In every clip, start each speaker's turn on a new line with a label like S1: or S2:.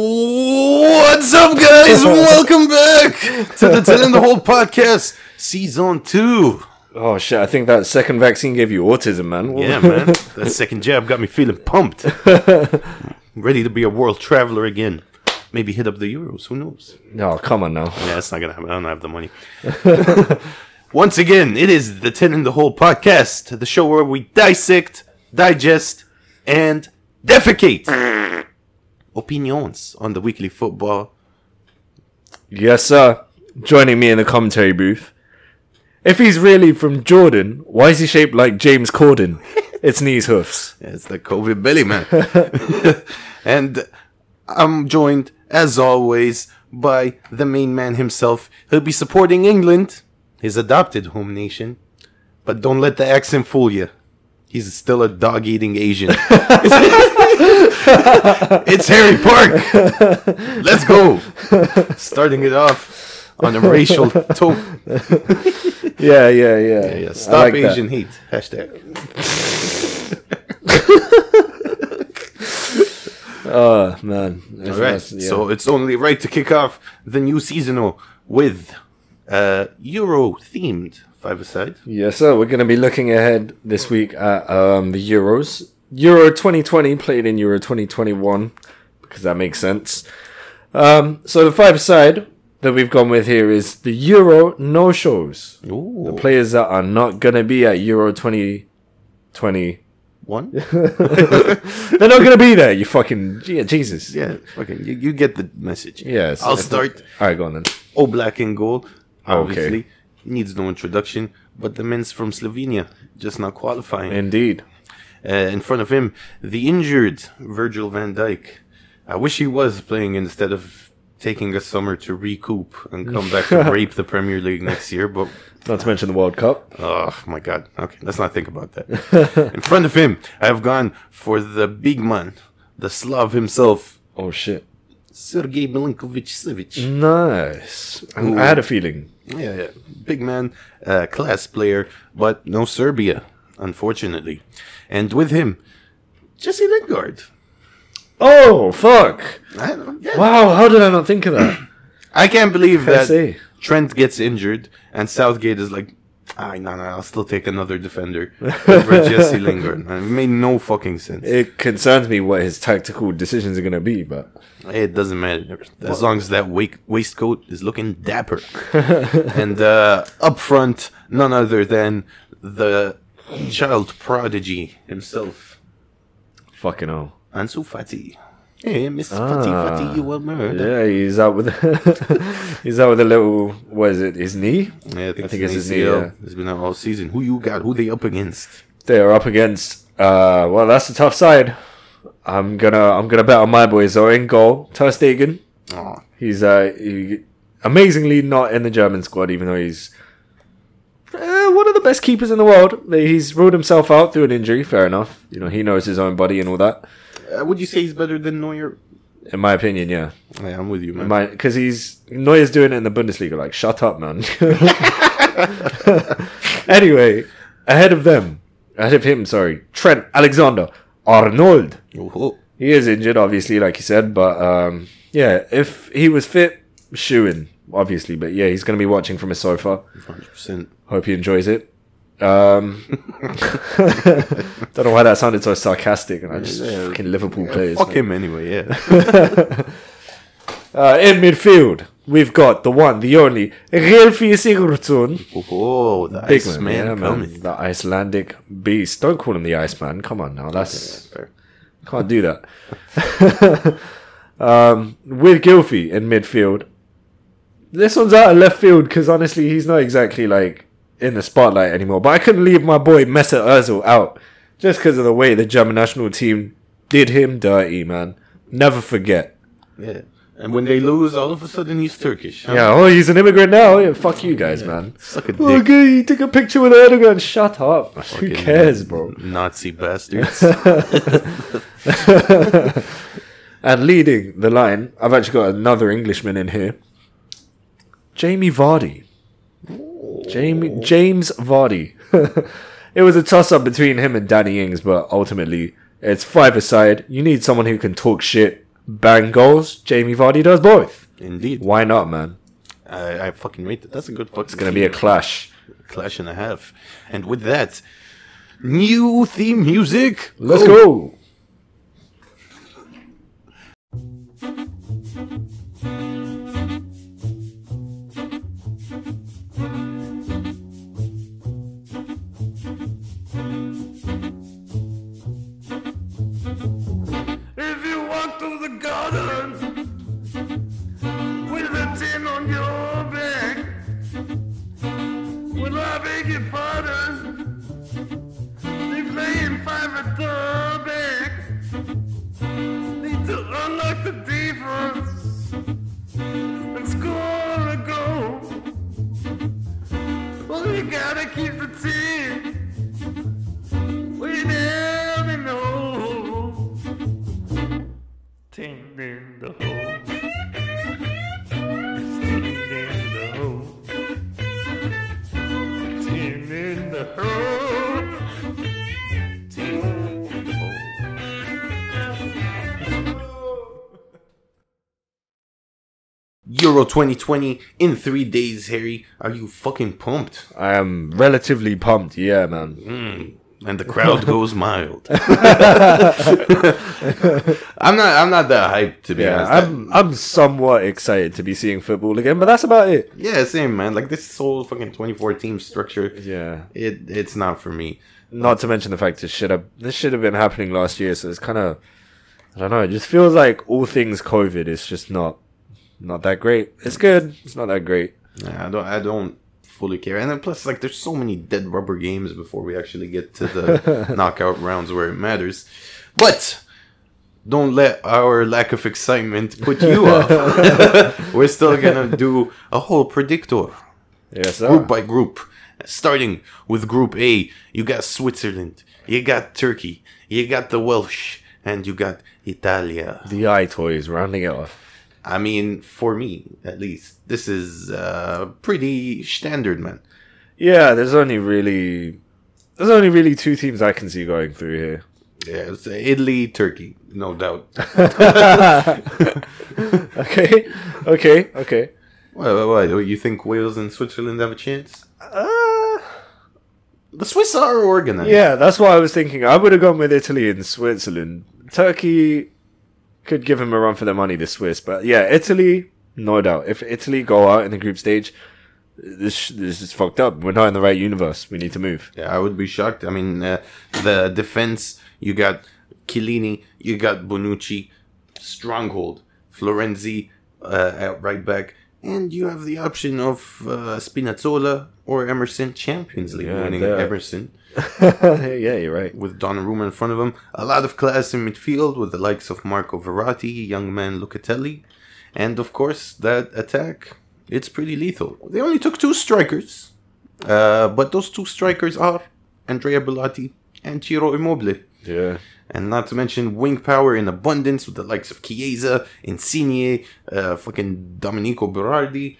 S1: What's up, guys? Welcome back to the Ten in the Hole podcast, season two.
S2: Oh shit! I think that second vaccine gave you autism, man.
S1: Yeah, man, that second jab got me feeling pumped. Ready to be a world traveler again. Maybe hit up the Euros. Who knows?
S2: No, Oh, come on now.
S1: Yeah, that's not gonna happen. I don't have the money. Once again, it is the Ten in the Hole podcast, the show where we dissect, digest, and defecate opinions on the weekly football.
S2: Yes, sir. Joining me in the commentary booth. If he's really from Jordan, why is he shaped like James Corden? It's knees hoofs.
S1: Yeah, It's the COVID belly man. and I'm joined, as always, by the main man himself. He'll be supporting England, his adopted home nation. But don't let the accent fool you. He's still a dog eating Asian. it's Harry Park. Let's go. Starting it off on a racial tone.
S2: Yeah, yeah, yeah.
S1: Yeah,
S2: I
S1: stop
S2: like that.
S1: Asian hate. Hashtag.
S2: Oh man. It's
S1: All right.
S2: nice, yeah.
S1: So it's only right to kick off the new seasonal with uh, Euro themed five aside.
S2: Yes, sir. We're going to be looking ahead this week at um, the Euros. Euro 2020 played in Euro 2021 because that makes sense. Um, so the five side that we've gone with here is the Euro no shows.
S1: Ooh.
S2: Players that are not going to be at Euro 2020.
S1: One?
S2: They're not going to be there, you fucking. Yeah, Jesus.
S1: Yeah. Fucking, you, you get the message.
S2: Yes.
S1: I'll start.
S2: All right, go on then.
S1: All black in goal. Obviously. Needs no introduction. But the men's from Slovenia just not qualifying.
S2: Indeed.
S1: uh, in front of him, the injured Virgil van Dijk. I wish he was playing instead of taking a summer to recoup and come back and rape the Premier League next year, but
S2: Not to mention the World Cup.
S1: Oh my god. Okay, let's not think about that. In front of him, I have gone for the big man, the Slav himself,
S2: Oh, shit.
S1: Sergei Milinkovic Savic.
S2: Nice. I- I had a feeling.
S1: Yeah, yeah. Big man, uh, class player, but no Serbia, unfortunately. And with him, Jesse Lingard.
S2: Oh, fuck.
S1: I, don't- yeah.
S2: Wow, how did I not think of that?
S1: I can't believe
S2: I
S1: that
S2: see.
S1: Trent gets injured and Southgate is like, ah, no, no, I'll still take another defender over Jesse Lingard. It made no fucking sense.
S2: It concerns me what his tactical decisions are going to be, but
S1: It doesn't matter as long as that wake, waistcoat is looking dapper. and uh, up front, none other than the child prodigy himself,
S2: fucking hell.
S1: Ansu Fati. Hey, Miss
S2: Ah.
S1: Fati Fati, you will murder.
S2: Yeah, he's out with he's out with a little what is it? His knee?
S1: Yeah, I think,
S2: think
S1: it's
S2: it's his
S1: an ACL.
S2: knee,
S1: It's been out all season. Who you got? Who they up against?
S2: They are up against. Uh, well, that's a tough side. I'm gonna I'm gonna bet on my boys. though. in goal, Ter Stegen.
S1: Oh,
S2: He's uh he, amazingly not in the German squad, even though he's uh, one of the best keepers in the world. He's ruled himself out through an injury. Fair enough. You know he knows his own body and all that.
S1: uh, would you say he's better than Neuer?
S2: In my opinion, yeah.
S1: Yeah, I'm with you, man.
S2: because he's Neuer's doing it in the Bundesliga. Like, shut up, man. anyway, ahead of them, ahead of him, sorry, Trent Alexander Arnold.
S1: Oh,
S2: He is injured, obviously, like you said, but um, yeah, if he was fit, shooing, obviously, but yeah, he's going to be watching from his sofa.
S1: 100%.
S2: Hope he enjoys it. Um, don't know why that sounded so sarcastic, and I just
S1: Yeah.
S2: fucking Liverpool players.
S1: Fuck
S2: man.
S1: him anyway, yeah.
S2: Uh, in midfield, we've got the one, the only, Rilfi Sigurdsson.
S1: Oh, the
S2: Big
S1: Iceman
S2: man, yeah, man.
S1: cometh.
S2: The Icelandic beast. Don't call him the Iceman. Come on now. That's
S1: Fair.
S2: can't do that. um, with Gilfy in midfield. This one's out of left field because honestly, he's not exactly like in the spotlight anymore. But I couldn't leave my boy Messer Özil out just because of the way the German national team did him dirty, man. Never forget.
S1: Yeah. And when they lose, all of a sudden he's Turkish. huh?
S2: Yeah, oh, he's an immigrant now. Yeah, fuck you guys, man.
S1: Suck a
S2: Oh,
S1: dick.
S2: Okay, you took a picture with Erdogan. Shut up. Who
S1: Fucking
S2: cares, bro?
S1: Nazi bastards.
S2: And leading the line, I've actually got another Englishman in here. Jamie Vardy. Jamie James Vardy. it was a toss up between him and Danny Ings, but ultimately it's five aside. You need someone who can talk shit, bang goals. Jamie Vardy does both.
S1: Indeed.
S2: Why not, man?
S1: I, I fucking rate it. That's a good fucking
S2: It's gonna be a clash.
S1: clash and a half. And with that, new theme music.
S2: Let's
S1: Oh.
S2: go.
S3: If you walk through the garden with a tin on your back, will I beg your pardon? They playing five at the back. Need to unlock the defense and score a goal. Well, you gotta keep the team way down in the hole. Ting in the hole. Ting in the hole. Ting in the hole. Ting in the hole.
S1: Euro 2020 in three days, Harry. Are you fucking pumped?
S2: I am relatively pumped. Yeah, man.
S1: And the crowd goes mild. I'm not. I'm not that hyped to be
S2: Yeah,
S1: honest.
S2: I'm. I'm somewhat excited to be seeing football again, but that's about it.
S1: yeah, same man. Like this whole fucking 24 team structure.
S2: Yeah.
S1: It it's not for me.
S2: Not to mention the fact this should have this should have been happening last year, so it's kind of I don't know. It just feels like all things COVID is just not not that great. It's good. It's not that great.
S1: Yeah, I don't. I don't fully care. And then plus, like, there's so many dead rubber games before we actually get to the knockout rounds where it matters. But don't let our lack of excitement put you off. We're still gonna do a whole predictor
S2: Yes.
S1: group by group, starting with Group A. You got Switzerland, you got Turkey, you got the Welsh, and you got Italia.
S2: the eye toys rounding it off.
S1: I mean, for me at least, this is uh, pretty standard, man.
S2: Yeah, there's only really there's only really two teams I can see going through here.
S1: Yeah, it's Italy, Turkey, no doubt.
S2: Okay. Okay. Okay.
S1: Why, why, why? Do you think Wales and Switzerland have a chance?
S2: Uh,
S1: The Swiss are organized.
S2: yeah, that's what I was thinking. I would have gone with Italy and Switzerland. Turkey could give him a run for their money, the Swiss, but yeah, Italy, no doubt. If Italy go out in the group stage, this this is fucked up. We're not in the right universe. We need to move.
S1: Yeah, I would be shocked. I mean, uh, the defense, you got Chiellini, you got Bonucci, Stronghold, Florenzi uh, at right back, and you have the option of uh, Spinazzola or Emerson, Champions League
S2: Yeah,
S1: winning
S2: they're-
S1: Emerson.
S2: yeah, you're right.
S1: with Donnarumma in front of him. A lot of class in midfield with the likes of Marco Verratti, young man Locatelli, and of course that attack. It's pretty lethal. They only took two strikers, uh, but those two strikers are Andrea Bellotti and Ciro Immobile.
S2: Yeah.
S1: And not to mention wing power in abundance with the likes of Chiesa, Insigne, uh, fucking Domenico Berardi.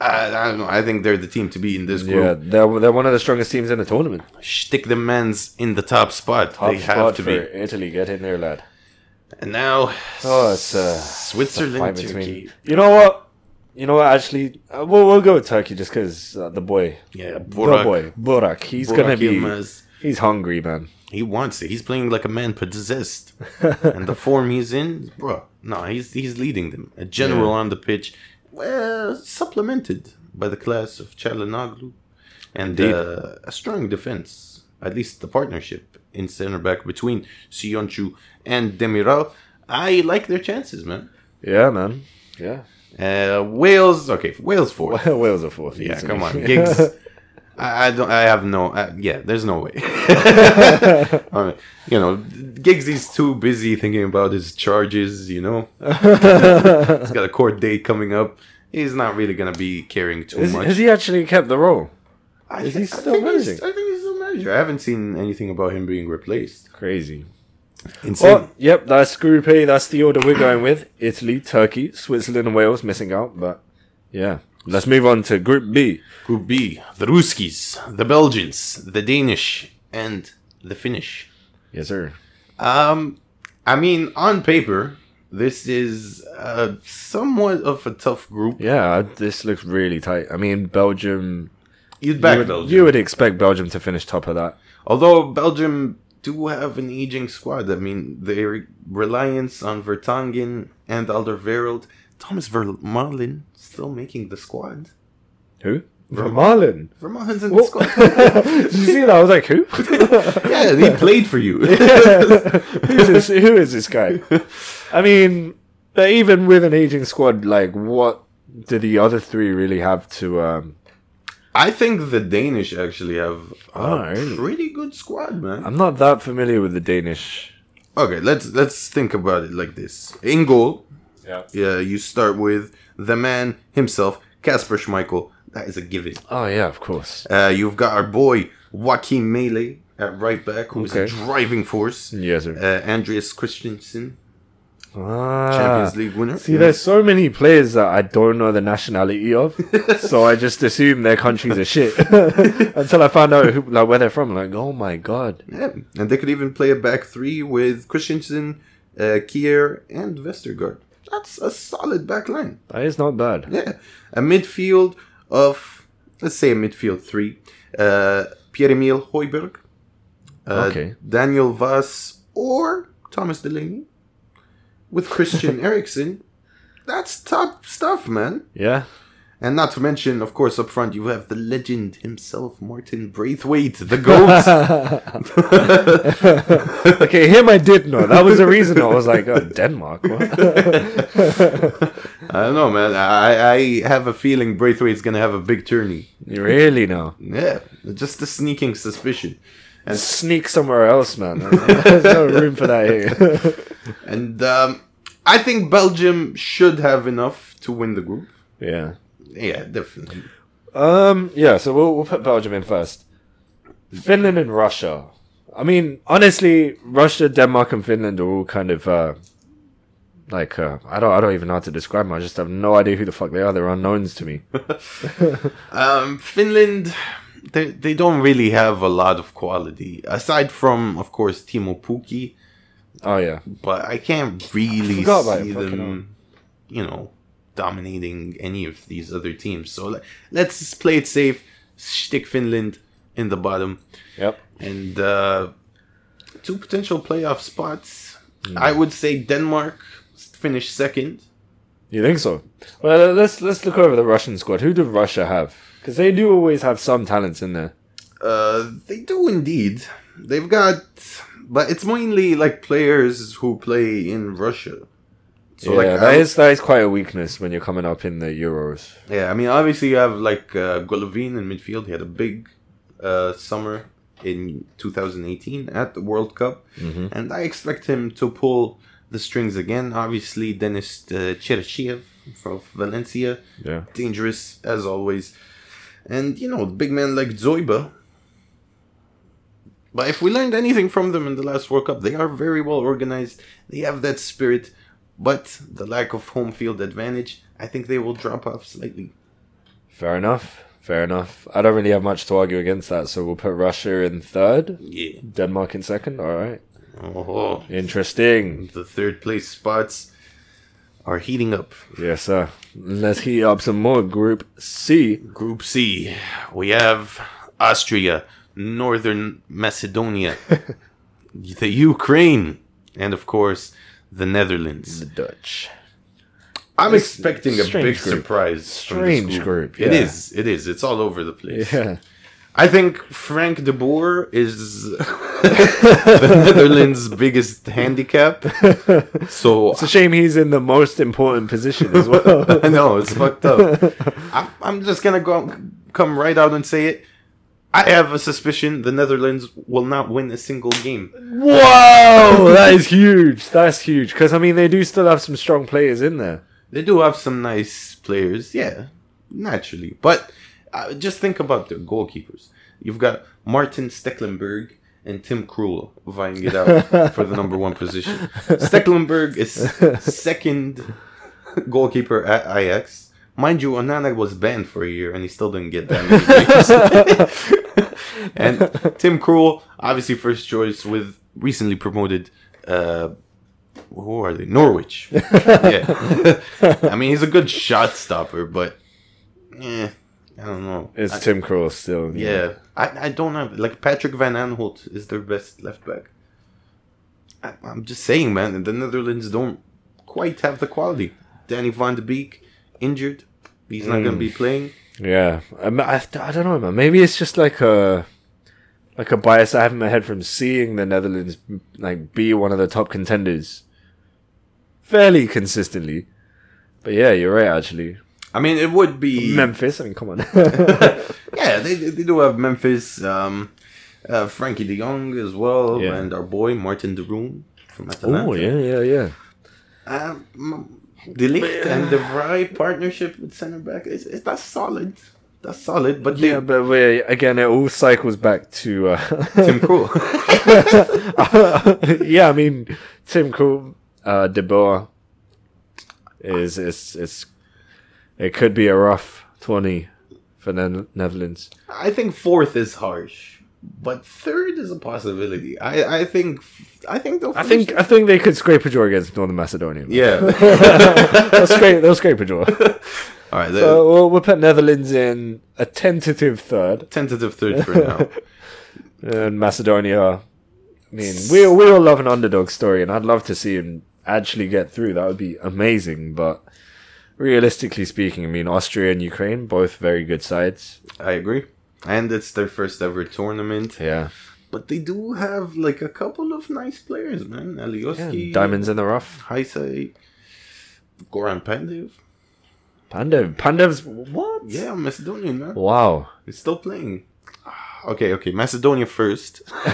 S1: I, I don't know. I think they're the team to be in this group
S2: Yeah, they're, they're one of the strongest teams in the tournament.
S1: stick the men's in the top spot.
S2: Top
S1: they
S2: spot
S1: have to be.
S2: for Italy, get in there, lad.
S1: And now,
S2: Oh, it's, uh,
S1: Switzerland,
S2: fight between-
S1: Turkey.
S2: You know what? You know what? Actually, uh, we'll, we'll go with Turkey just because uh, the boy,
S1: Yeah,
S2: the
S1: Burak.
S2: boy, Burak. He's
S1: Burak
S2: gonna be.
S1: Yilmaz,
S2: He's hungry, man.
S1: He wants it. He's playing like a man possessed, and the form he's in, bro. No, he's he's leading them. A general on the pitch, well, supplemented by the class of Chalinoglu, and
S2: Indeed.
S1: uh, a strong defense. At least the partnership in center back between Sionchu and Demiral. I like their chances, man.
S2: Yeah, man. Yeah.
S1: Uh, Wales, okay, Wales fourth.
S2: Wales are fourth.
S1: Yeah,
S2: easily.
S1: come on, gigs. I, I don't. I have no. Uh, yeah, there's no way. I mean, you know, gigs. He's too busy thinking about his charges. You know, he's got a court date coming up. He's not really gonna be caring too
S2: Is-
S1: much.
S2: has he actually kept the role?
S1: I
S2: is
S1: thi-
S2: he
S1: I
S2: still
S1: think he's-
S2: managing?
S1: I think he's still manager. I haven't seen anything about him being replaced.
S2: Crazy.
S1: Insane.
S2: Well, yep, that's Group A. That's the order we're going with. Italy, Turkey, Switzerland, and Wales missing out, but yeah. Let's move on to Group B.
S1: Group B: the Ruskies, the Belgians, the Danish, and the Finnish.
S2: Yes, sir.
S1: Um, I mean, on paper, This is uh, somewhat of a tough group.
S2: Yeah, I- this looks really tight. I mean, Belgium.
S1: You'd back
S2: you would,
S1: Belgium.
S2: You would expect Belgium to finish top of that.
S1: Although Belgium do have an aging squad. I mean, their reliance on Vertonghen and Alderweireld. Thomas Vermaelen still making the squad.
S2: Who? Vermaelen.
S1: Vermaelen's in the
S2: Whoa.
S1: squad.
S2: Did you see that? I was like, who?
S1: yeah, he played for you.
S2: Who's this, who is this guy? I mean, but even with an aging squad, like, what do the other three really have to? um
S1: I think the Danish actually have a
S2: Oh, really?
S1: pretty good squad, man.
S2: I'm not that familiar with the Danish.
S1: Okay, let's let's think about it like this. In goal,
S2: Yeah.
S1: yeah, you start with the man himself, Casper Schmeichel. That is a given.
S2: Oh yeah, of course.
S1: Uh, you've got our boy Joaquin Mele at right back, who's a
S2: Okay.
S1: driving force.
S2: Yes. Sir.
S1: Uh, Andreas Christensen,
S2: ah.
S1: Champions League winner.
S2: See, there's so many players that I don't know the nationality of, so I just assume their countries are shit until I find out who, like where they're from. Like, oh my god,
S1: Yeah, and they could even play a back three with Christensen, uh, Kier, and Vestergaard. That's a solid back line.
S2: that is not bad.
S1: Yeah, a midfield of let's say a midfield three: uh, Pierre Emil Hoiberg, uh,
S2: Okay.
S1: Daniel Vass, or Thomas Delaney, with Christian Eriksen. That's top stuff, man.
S2: Yeah,
S1: And not to mention, of course, up front you have the legend himself, Martin Braithwaite, the goat.
S2: okay, him I did know. That was the reason I was like, oh, Denmark. What?
S1: I don't know, man. I, I have a feeling Braithwaite's gonna have a big tourney.
S2: really now?
S1: Yeah, just a sneaking suspicion.
S2: Sneak somewhere else, man. There's no room for that here.
S1: And um, I think Belgium should have enough to win the group.
S2: yeah.
S1: Yeah, definitely.
S2: Um. Yeah. So we'll we'll put Belgium in first. Finland and Russia. I mean, honestly, Russia, Denmark, and Finland are all kind of uh, like uh, I don't I don't even know how to describe them. I just have no idea who the fuck they are. They're unknowns to me.
S1: Um, Finland, they, they don't really have a lot of quality. Aside from, of course, Timo Pukki,
S2: Oh yeah.
S1: but I can't really
S2: forgot about
S1: see
S2: him, fucking hell.
S1: them, you know, dominating any of these other teams. So le- let's just play it safe, stick Finland in the bottom.
S2: Yep.
S1: and uh, two potential playoff spots. I would say Denmark finished second.
S2: You think so? Well, let's let's look over the Russian squad. Who did Russia have? Because they do always have some talents in there.
S1: Uh, they do indeed. They've got, but it's mainly like players who play in Russia. So
S2: yeah,
S1: like, I,
S2: that is that is quite a weakness when you're coming up in the Euros.
S1: yeah. I mean, obviously you have like uh, Golovin in midfield. He had a big uh, summer in 2018 at the World Cup,
S2: Mm-hmm.
S1: and I expect him to pull the strings again. Obviously, Denis uh, Cherchiev from Valencia.
S2: Yeah.
S1: dangerous as always. And you know, big men like Zoiba. But if we learned anything from them in the last World Cup, they are very well organized. They have that spirit, but the lack of home field advantage, I think they will drop off slightly.
S2: Fair enough. Fair enough. I don't really have much to argue against that, so we'll put Russia in third,
S1: Yeah.
S2: Denmark in second. All right.
S1: Oh,
S2: Interesting.
S1: the third place spots are heating up.
S2: Yes, sir. Let's heat up some more. Group C.
S1: Group C, we have Austria, Northern Macedonia, the Ukraine, and of course, the Netherlands.
S2: The Dutch.
S1: I'm expecting a
S2: strange
S1: big
S2: group.
S1: surprise. from this
S2: Strange group,
S1: It
S2: yeah.
S1: is. It is. It's all over the place.
S2: Yeah.
S1: I think Frank de Boer is the Netherlands' biggest handicap. So
S2: It's a shame he's in the most important position as well.
S1: I know it's fucked up. I'm, I'm just gonna go come right out and say it. I have a suspicion the Netherlands will not win a single game.
S2: Whoa! That is huge. That's huge. Because, I mean, they do still have some strong players in there.
S1: They do have some nice players, yeah, naturally. But uh, just think about their goalkeepers. You've got Martin Stecklenburg and Tim Krul vying it out for the number one position. Stecklenburg is second goalkeeper at Ajax. Mind you, Onana was banned for a year and he still didn't get that many games. and Tim Krul, obviously first choice with recently promoted uh, who are they? Norwich. yeah. I mean, he's a good shot stopper, but eh, I don't know.
S2: It's
S1: I-
S2: Tim Krul still.
S1: yeah. I, I don't have like Patrick Van Aanholt is their best left back. I, I'm just saying, man, the Netherlands don't quite have the quality. Danny van de Beek injured. He's not going to be playing.
S2: Yeah. I'm, I, I don't know, man. Maybe it's just like a like a bias I have in my head from seeing the Netherlands like be one of the top contenders fairly consistently. But yeah, you're right. Actually,
S1: I mean, it would be
S2: Memphis. I mean, come on.
S1: yeah, they, they do have Memphis, um, uh, Frankie De Jong as well,
S2: Yeah.
S1: and our boy Martin De Roon from Atalanta.
S2: oh yeah, yeah, yeah.
S1: Um, De Ligt and De Vrij partnership with center back is is that's solid. That's solid, but they,
S2: Yeah, but we, again, it all cycles back to uh,
S1: Tim Krul.
S2: yeah, I mean, Tim Cool, uh, De Boer is it's it's it could be a rough twenty for the Netherlands.
S1: I think fourth is harsh, but third is a possibility. I I think I think they'll.
S2: I
S1: finish-
S2: think I think they could scrape a draw against Northern Macedonia.
S1: yeah.
S2: they'll scrape they'll scrape a draw. Uh,
S1: All right, the
S2: we'll, we'll put Netherlands in a tentative third,
S1: tentative third for now.
S2: and Macedonia. I mean, we we all love an underdog story, and I'd love to see him actually get through. That would be amazing, but. Realistically speaking, I mean Austria and Ukraine, both very good sides.
S1: I agree, and it's their first ever tournament.
S2: Yeah.
S1: But they do have like a couple of nice players, man. Alioski,
S2: Diamonds in the rough.
S1: Heise, Goran Pandev.
S2: Pandev. Pandev's what?
S1: Yeah, Macedonian man.
S2: Wow.
S1: He's still playing. Ah, Okay, okay. Macedonia first.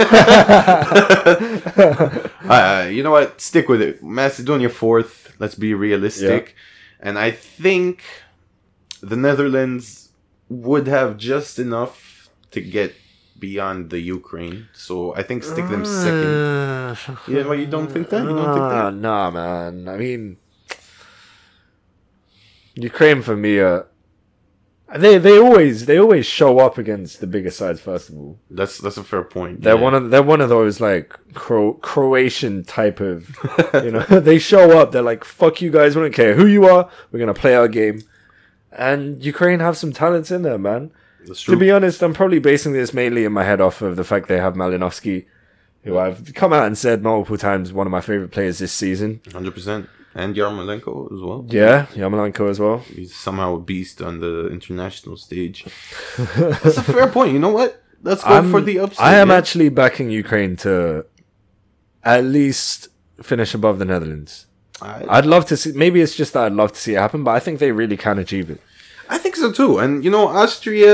S1: uh, you know what? Stick with it. Macedonia fourth. Let's be realistic. And I think the Netherlands would have just enough to get beyond the Ukraine. So I think stick them
S2: Uh,
S1: second. Yeah, well, you don't think that? You don't think that?
S2: Ah, Nah, man. I mean, Ukraine for me. Uh, they they always they always show up against the bigger sides. First of all,
S1: That's that's a fair point.
S2: they're one of they're one of those like Cro- Croatian type of you know they show up. They're like fuck you guys. We don't care who you are. We're gonna play our game. And Ukraine have some talents in there, man.
S1: That's
S2: To
S1: true.
S2: be honest, I'm probably basing this mainly in my head off of the fact they have Malinowski, who I've come out and said multiple times one of my favorite players this season.
S1: Hundred percent. And Yarmolenko as well.
S2: Yeah, Yamalenko as well.
S1: He's somehow a beast on the international stage. That's a fair point. You know what? Let's go
S2: I'm-
S1: for the upset.
S2: I am
S1: yeah?
S2: actually backing Ukraine to at least finish above the Netherlands.
S1: I,
S2: I'd love to see. Maybe it's just that I'd love to see it happen, but I think they really can achieve it.
S1: I think so too. And you know, Austria,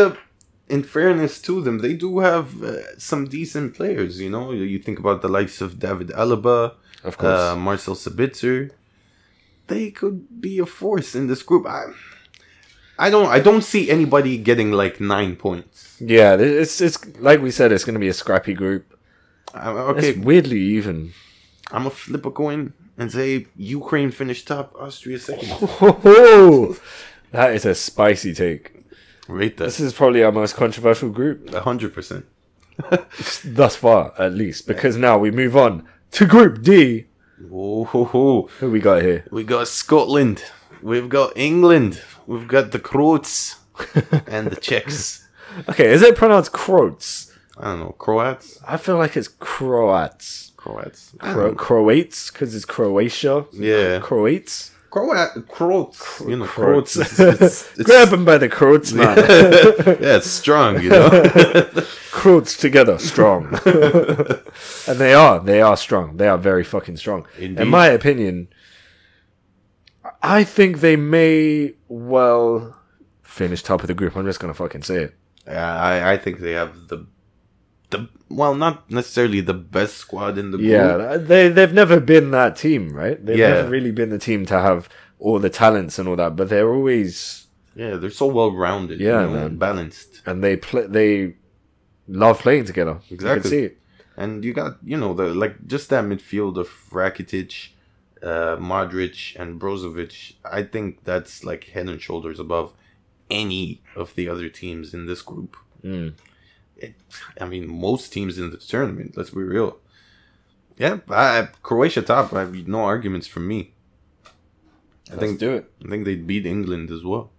S1: in fairness to them, they do have uh, some decent players. You know, you think about the likes of David Alaba,
S2: Of course.
S1: uh, Marcel Sabitzer. They could be a force in this group. I, I don't. I don't see anybody getting like nine points.
S2: yeah, th- it's it's like we said, it's going to be a scrappy group.
S1: I,
S2: It's
S1: Uh, okay,
S2: weirdly even.
S1: I'm gonna flip a coin and say Ukraine finished top, Austria second.
S2: that is a spicy take.
S1: Rate that.
S2: This is probably our most controversial group
S1: A hundred percent.
S2: thus far, at least, because now we move on to Group D.
S1: Ooh,
S2: Who we got here?
S1: we got Scotland, we've got England, we've got the Croats and the Czechs.
S2: Okay, is it pronounced Croats?
S1: I don't know, Croats,
S2: I feel like it's Croats.
S1: Croats, I
S2: Cro-
S1: don't know.
S2: Croats, because it's Croatia.
S1: Oh. yeah,
S2: Croats.
S1: Croat, Croats, you know,
S2: Croats.
S1: Croats. It's, it's, it's,
S2: Grab them by the Croats, man.
S1: yeah, it's strong, you know.
S2: Croats together, strong. and they are, they are strong. They are very fucking strong.
S1: Indeed.
S2: In my opinion, I think they may well finish top of the group. I'm just gonna fucking say it.
S1: yeah, I, I think they have the, the well, not necessarily the best squad in the group.
S2: Yeah, they they've never been that team, right? They've
S1: Yeah.
S2: never really been the team to have all the talents and all that, but they're always
S1: yeah, they're so well rounded,
S2: Yeah,
S1: you know,
S2: man.
S1: and balanced.
S2: and they play they love playing together. You can
S1: Exactly.
S2: see it.
S1: And you got, you know, the like just that midfield of Rakitic, uh, Modric, and Brozovic. I think that's like head and shoulders above any of the other teams in this group.
S2: Mm.
S1: It, I mean, most teams in the tournament. Let's be real. Yeah, I, Croatia top. I have no arguments from me. I think
S2: do it.
S1: I think they'd beat England as well.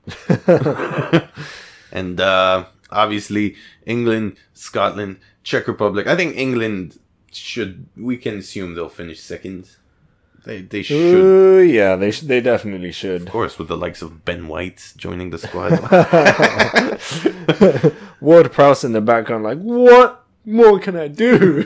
S1: and uh, obviously, England, Scotland, Czech Republic. I think England should. We can assume they'll finish second. They they should,
S2: Ooh, yeah, they sh- they definitely should.
S1: of course, with the likes of Ben White joining the squad.
S2: Ward Prowse in the background, like, what more can I do?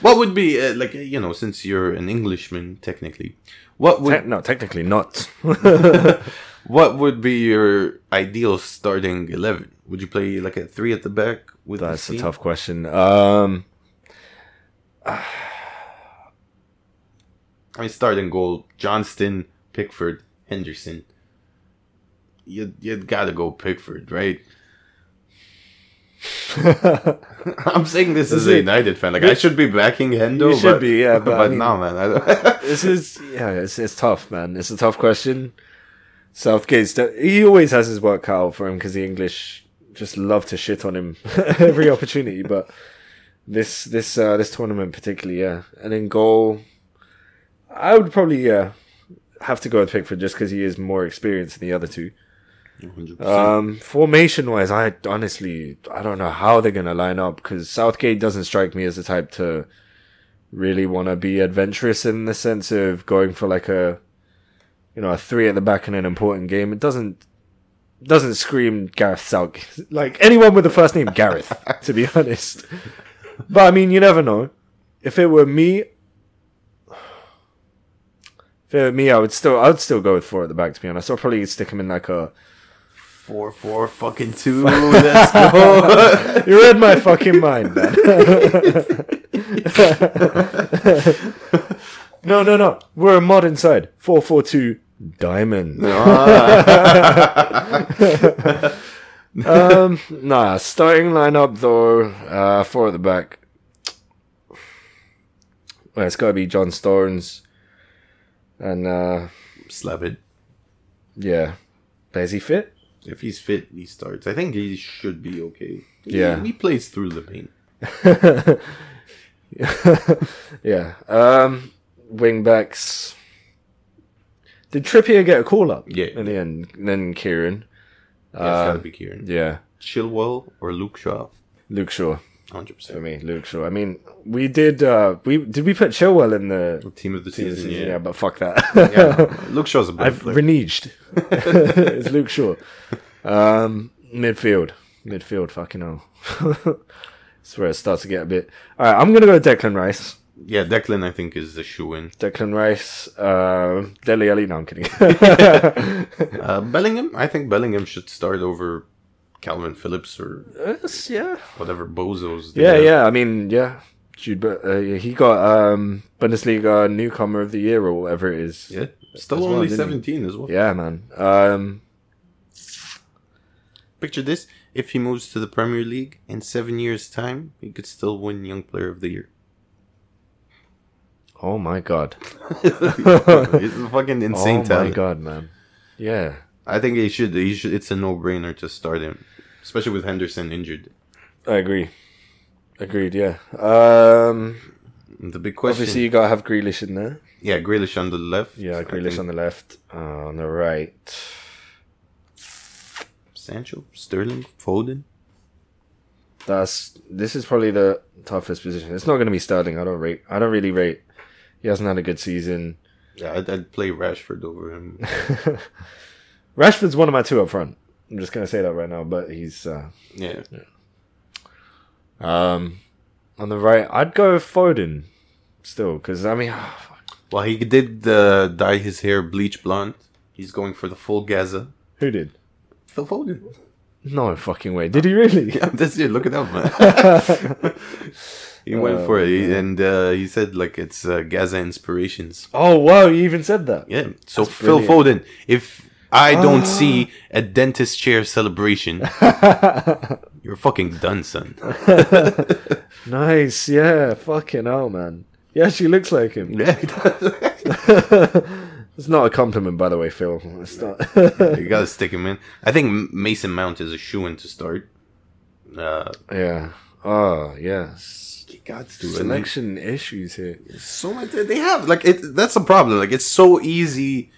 S1: what would be uh, like? You know, since you're an Englishman technically, what would
S2: Te- no, technically not.
S1: what would be your ideal starting eleven? Would you play like a three at the back with
S2: That's a
S1: Messina?
S2: tough question. Um,
S1: I mean, starting goal: Johnston, Pickford, Henderson. You you gotta go Pickford, right? I'm saying this as a
S2: it.
S1: United fan. Like I should be backing Hendo.
S2: You should
S1: but-
S2: be, yeah, but
S1: But,
S2: I mean-
S1: no, man. I don't-
S2: this is yeah, it's it's tough, man. It's a tough question. Southgate's de- he always has his work cut out for him because the English just love to shit on him every opportunity. But this this uh, this tournament particularly, yeah. And in goal, I would probably yeah have to go with Pickford just because he is more experienced than the other two.
S1: 100%.
S2: Um, formation wise, I honestly I don't know how they're gonna line up because Southgate doesn't strike me as the type to really want to be adventurous in the sense of going for like a you know a three at the back in an important game. It doesn't doesn't scream Gareth Southgate like anyone with the first name Gareth to be honest. But I mean, you never know. If it were me. If it were me, I would still, I would still go with four at the back. To be honest, I'll probably stick him in like a,
S1: four four fucking two. Let's go.
S2: You read my fucking mind, man. no, no, no. We're a mod inside. 442 Diamond. Um, nah, starting lineup though, uh, four at the back. Well, it's gotta be John Stones. And, uh,
S1: Slap it.
S2: yeah. But is he fit?
S1: If he's fit, he starts. I think he should be okay. He-
S2: Yeah.
S1: he, plays through the pain.
S2: Yeah. Um, wing backs. Did Trippier get a call up?
S1: Yeah.
S2: In the end, then Kieran.
S1: Uh, Yeah, it's gotta
S2: Um,
S1: be Kieran.
S2: Yeah.
S1: Chilwell or Luke Shaw.
S2: Luke Shaw
S1: Hundred
S2: for
S1: percent.
S2: me. Luke Shaw. I mean, we did. Uh, we did we put Chilwell in the
S1: Team of the
S2: team
S1: season.
S2: season?
S1: yeah.
S2: but fuck
S1: yeah.
S2: that.
S1: no, Luke Shaw's a better
S2: I've
S1: player.
S2: reneged. it's Luke Shaw. Um, midfield, midfield. Fucking hell. That's where it starts to get a bit. All right, I'm gonna go Declan Rice.
S1: yeah, Declan I think is the shoe in.
S2: Declan Rice. Uh, Deli Ali. No, I'm kidding.
S1: Uh, Bellingham, I think Bellingham should start over Calvin Phillips or
S2: yeah.
S1: whatever bozos. they
S2: Yeah,
S1: have.
S2: yeah. I mean, yeah. Jude, Be- uh, yeah, he got um, Bundesliga newcomer of the year or whatever it is.
S1: yeah. Still
S2: As well,
S1: only
S2: didn't he?
S1: seventeen as well.
S2: Yeah, man. Um,
S1: Picture this: if he moves to the Premier League in seven years' time, he could still win Young Player of the Year.
S2: oh my god.
S1: He's a fucking insane
S2: oh my
S1: talent.
S2: god, man. Yeah.
S1: I think he should. He should. It's a no-brainer to start him, especially with Henderson injured.
S2: I agree. Agreed, yeah. Um,
S1: The big question,
S2: obviously, you gotta have Grealish in there.
S1: yeah, Grealish on the left.
S2: Yeah, Grealish on the left. Uh, on the right.
S1: Sancho, Sterling, Foden.
S2: That's this is probably the toughest position. It's not gonna be Sterling. I don't rate. I don't really rate. He hasn't had a good season.
S1: Yeah, I'd, I'd play Rashford over him.
S2: Rashford's one of my two up front. I'm just gonna say that right now, but he's uh,
S1: Yeah,
S2: um, on the right. I'd go with Foden still because I mean,
S1: Well, he did uh, dye his hair bleach blonde. He's going for the full Gaza.
S2: who did?
S1: Phil Foden.
S2: No fucking way. Did he really?
S1: Yeah, that's it. Look it up, man. he went for it, He- and uh, he said like it's uh, Gaza inspirations.
S2: Oh wow, you even said that.
S1: Yeah. So
S2: That's
S1: Phil Foden, if I don't
S2: Ah.
S1: see a dentist chair celebration, you're fucking done, son.
S2: nice, yeah. Fucking hell, man. He actually looks like him.
S1: yeah, he does.
S2: it's not a compliment, by the way, Phil. It's not.
S1: you gotta stick him in. I think Mason Mount is a shoe in to start. Uh,
S2: yeah. Oh yes.
S1: God,
S2: Selection issues here.
S1: so much they have like it that's a problem like it's so easy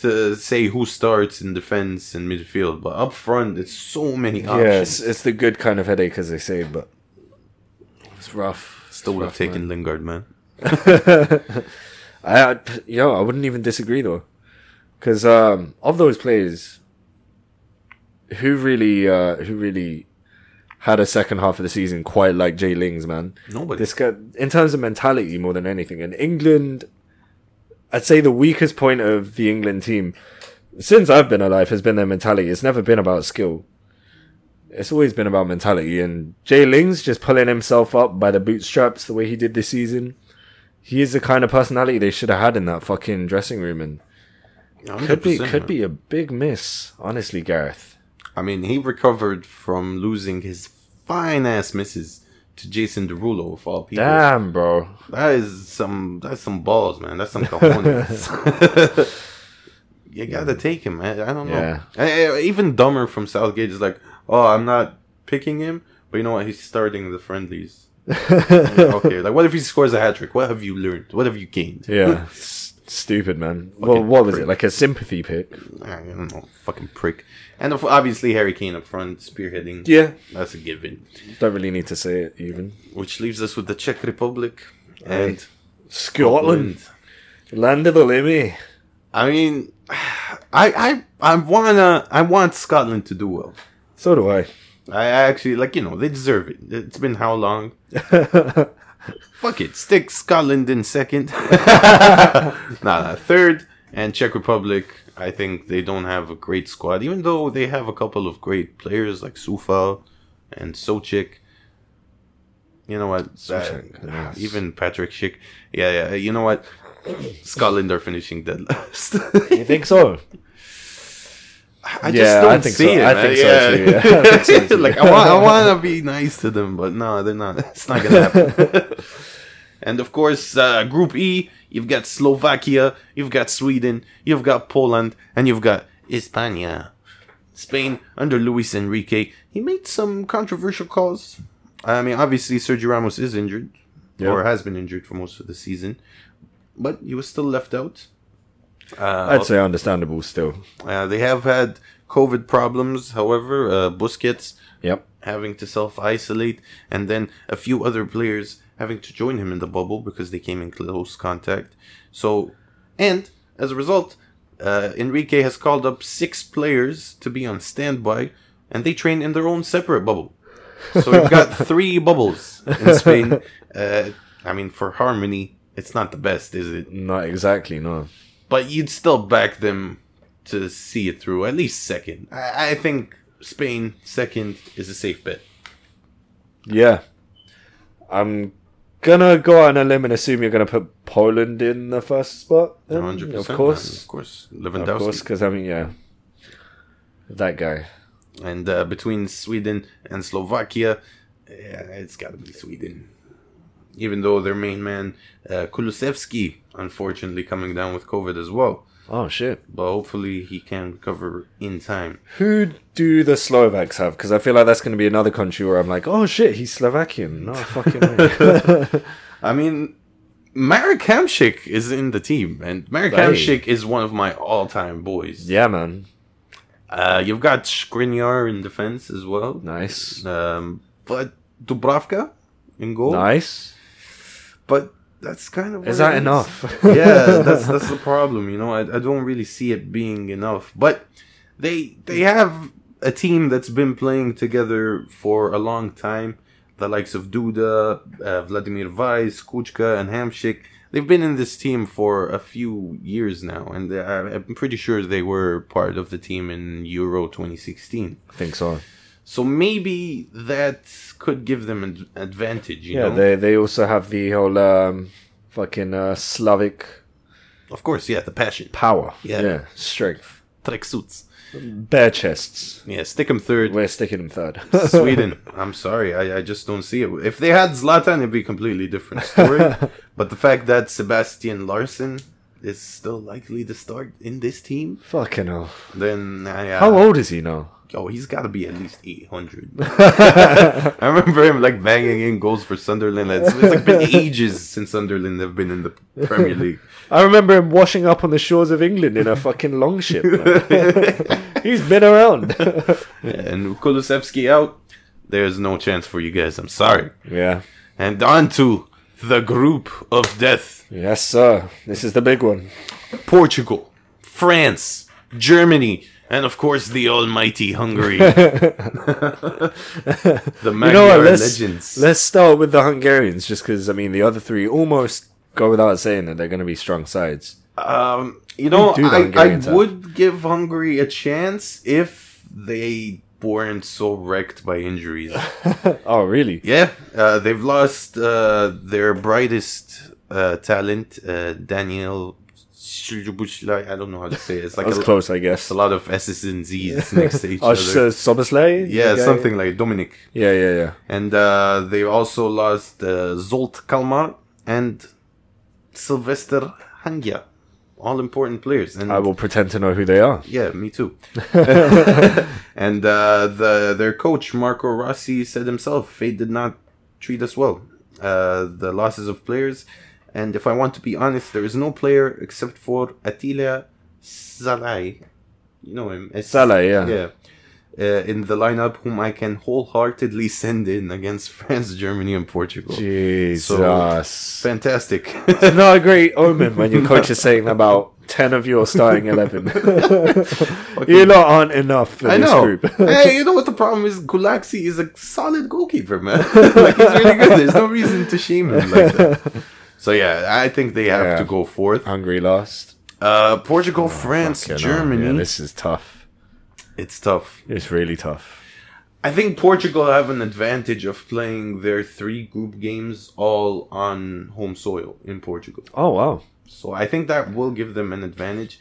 S1: to say who starts in defense and midfield but up front it's so many options
S2: Yeah, it's, it's the good kind of headache, as they say, but it's rough.
S1: still would have taken lingard man
S2: I, yo, I wouldn't even disagree though, because um, of those players, who really, uh, who really had a second half of the season quite like Jay Ling's man.
S1: Nobody.
S2: This guy, in terms of mentality, more than anything, and England, I'd say the weakest point of the England team since I've been alive has been their mentality. It's never been about skill. It's always been about mentality, and Jay Ling's just pulling himself up by the bootstraps the way he did this season he is the kind of personality they should have had in that fucking dressing room, and could be
S1: 100%,
S2: could
S1: man.
S2: be a big miss, honestly, Gareth.
S1: i mean he recovered from losing his fine ass misses to jason derulo of all people
S2: Damn, bro.
S1: that is some that's some balls man that's some cojones you gotta take him man. i don't
S2: Yeah.
S1: know I, I- even dumber from southgate is like oh i'm not picking him but you know what he's starting the friendlies okay, like what if he scores a hat trick? What have you learned? What have you gained?
S2: yeah, S- stupid man. Well, what was it like a sympathy pick?
S1: I don't know, fucking prick. And of- obviously Harry Kane up front spearheading.
S2: Yeah,
S1: that's a given.
S2: don't really need to say it even.
S1: Which leaves us with the Czech Republic and
S2: Scotland, land of the limit.
S1: I mean, I I I wanna I want Scotland to do well.
S2: So do I.
S1: I I actually like you know they deserve it. It's been how long? Fuck it, stick Scotland in second. nah, nah, third and Czech Republic. I think they don't have a great squad, even though they have a couple of great players like Sufal and Socik. You know what?
S2: Souček,
S1: Uh,
S2: yes.
S1: Even Patrick Schick. Yeah, yeah. You know what? Scotland are finishing dead last.
S2: You think so?
S1: I
S2: Yeah,
S1: just don't
S2: I think
S1: see
S2: so.
S1: it.
S2: I
S1: man.
S2: think so too, yeah. I think so too.
S1: like I want, I want to be nice to them, but no, they're not. It's not gonna happen. and of course, uh, Group E, you've got Slovakia, you've got Sweden, you've got Poland, and you've got España. Spain under Luis Enrique, he made some controversial calls. I mean, obviously Sergio Ramos is injured,
S2: Yeah.
S1: or has been injured for most of the season, but he was still left out. Uh,
S2: I'd say understandable still.
S1: uh, they have had COVID problems, however, uh, Busquets
S2: Yep.
S1: having to self isolate, and then a few other players having to join him in the bubble because they came in close contact. So, and as a result, uh, Enrique has called up six players to be on standby, and they train in their own separate bubble. So we've got three bubbles in Spain. Uh, I mean, for harmony, it's not the best, is it?
S2: Not exactly. No.
S1: but you'd still back them to see it through at least second. I, I think Spain second is a safe bet.
S2: Yeah. I'm gonna go out on a limb and assume you're gonna put Poland in the first spot. then,
S1: 100%.
S2: Of
S1: man, of
S2: course.
S1: course.
S2: Of
S1: Lewandowski.
S2: course, because I mean, yeah. That guy.
S1: And uh, between Sweden and Slovakia, yeah, it's got to be Sweden. Even though their main man, uh, Kulusevski, unfortunately coming down with COVID as well.
S2: Oh, shit.
S1: But hopefully he can recover in time.
S2: Who do the Slovaks have? Because I feel like that's going to be another country where I'm like, oh, shit, he's Slovakian. No fucking way.
S1: I mean, Marek Hamšík is in the team, and Marek
S2: Hey.
S1: Hamšík is one of my all-time boys.
S2: yeah, man.
S1: Uh, you've got Skriniar in defense as well.
S2: Nice.
S1: Um, but Dubravka in goal.
S2: Nice.
S1: But that's kind of.
S2: Is
S1: what
S2: that
S1: it
S2: enough?
S1: yeah, that's that's the problem. You know, I, I don't really see it being enough. But they they have a team that's been playing together for a long time. The likes of Duda, uh, Vladimir Weiss, Kuchka, and Hamshik. They've been in this team for a few years now, and they- I- I'm pretty sure they were part of the team in Euro 2016.
S2: I think so.
S1: So maybe that could give them an advantage. You
S2: Yeah,
S1: know?
S2: they, they also have the whole um, fucking uh, Slavic
S1: of course. Yeah, the passion.
S2: power.
S1: Yeah.
S2: yeah. Strength.
S1: Treksuits.
S2: Bare chests.
S1: Yeah, stick them third.
S2: We're sticking him third.
S1: Sweden. I'm sorry, I, I just don't see it. If they had Zlatan, it'd be a completely different story. but the fact that Sebastian Larson is still likely to start in this team,
S2: Fucking hell.
S1: then I, uh,
S2: How old is he now?
S1: oh, he's got to be at least 800. I remember him like banging in goals for Sunderland. It's, it's like been ages since Sunderland have been in the Premier League.
S2: I remember him washing up on the shores of England in a fucking long ship. man. He's been around.
S1: And with Kulusevski out, there's no chance for you guys. I'm sorry.
S2: yeah.
S1: And on to the group of death
S2: Yes, sir. This is the big one.
S1: Portugal, France, Germany, and of course the almighty Hungary. the Magyar
S2: You know what? Let's,
S1: legends.
S2: let's start with the Hungarians, just because, I mean, the other three almost go without saying that they're going to be strong sides.
S1: um, you know,
S2: do the
S1: I, I
S2: Hungarians have?
S1: would give Hungary a chance if they weren't so wrecked by injuries.
S2: Oh, really?
S1: Yeah, uh, they've lost uh, their brightest uh, talent, uh, Daniel Szubuszlai. I don't know how to say it. It's like
S2: That was
S1: a,
S2: close, I guess.
S1: a lot of S's and Z's next to each
S2: Oh,
S1: other.
S2: so Soboslay?
S1: yeah,
S2: The guy-
S1: something like Dominic.
S2: Yeah, yeah, yeah.
S1: And uh, they also lost uh, Zolt Kalmar and Sylvester Hangia. All important players. And
S2: I will pretend to know who they are.
S1: yeah, me too. and uh, the their coach Marco Rossi said himself, fate did not treat us well. Uh, the losses of players, and if I want to be honest, there is no player except for Attila Salai. You know him, it's-
S2: Salah, yeah.
S1: yeah. Uh, in the lineup, whom I can wholeheartedly send in against France, Germany, and Portugal.
S2: Jesus.
S1: Fantastic.
S2: It's not a great omen when your coach is saying about 10 of your starting 11. you lot aren't enough for
S1: I
S2: this
S1: know.
S2: group.
S1: hey, you know what the problem is? Gulaxi is a solid goalkeeper, man. like he's really good. There's no reason to shame him like that. So yeah, I think they have
S2: Yeah.
S1: to go fourth.
S2: Hungary lost.
S1: Uh, Portugal, France,
S2: Fucking hell.
S1: Germany.
S2: Yeah, this is tough.
S1: It's tough.
S2: It's really tough.
S1: I think Portugal have an advantage of playing their three group games all on home soil in Portugal.
S2: Oh, wow.
S1: So I think that will give them an advantage.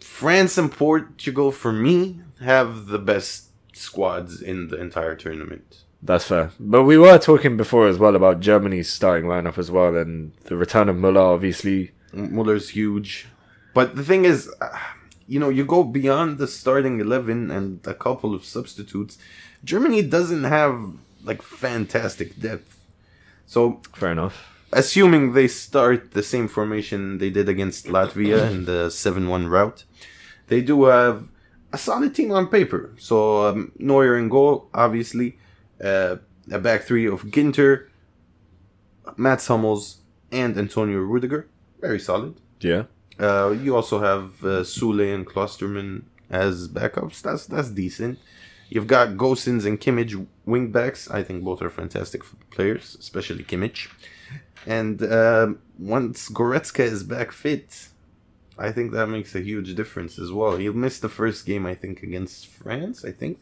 S1: France and Portugal, for me, have the best squads in the entire tournament.
S2: That's fair. But we were talking before as well about Germany's starting lineup as well, and the return of Müller, obviously.
S1: Muller's huge. But the thing is, uh, you know, you go beyond the starting 11 and a couple of substitutes. Germany doesn't have like fantastic depth. So,
S2: Fair enough.
S1: assuming they start the same formation they did against Latvia in the 7 1 route, they do have a solid team on paper. So, um, Neuer in goal, obviously, uh, a back three of Ginter, Mats Hummels, and Antonio Rudiger. Very solid.
S2: Yeah.
S1: Uh, you also have uh, Sule and Klosterman as backups. That's that's decent. You've got Gosens and Kimmich wingbacks. I think both are fantastic f- players, especially Kimmich. And um once Goretzka is back fit, I think that makes a huge difference as well. He'll miss the first game, I think, against France. I think,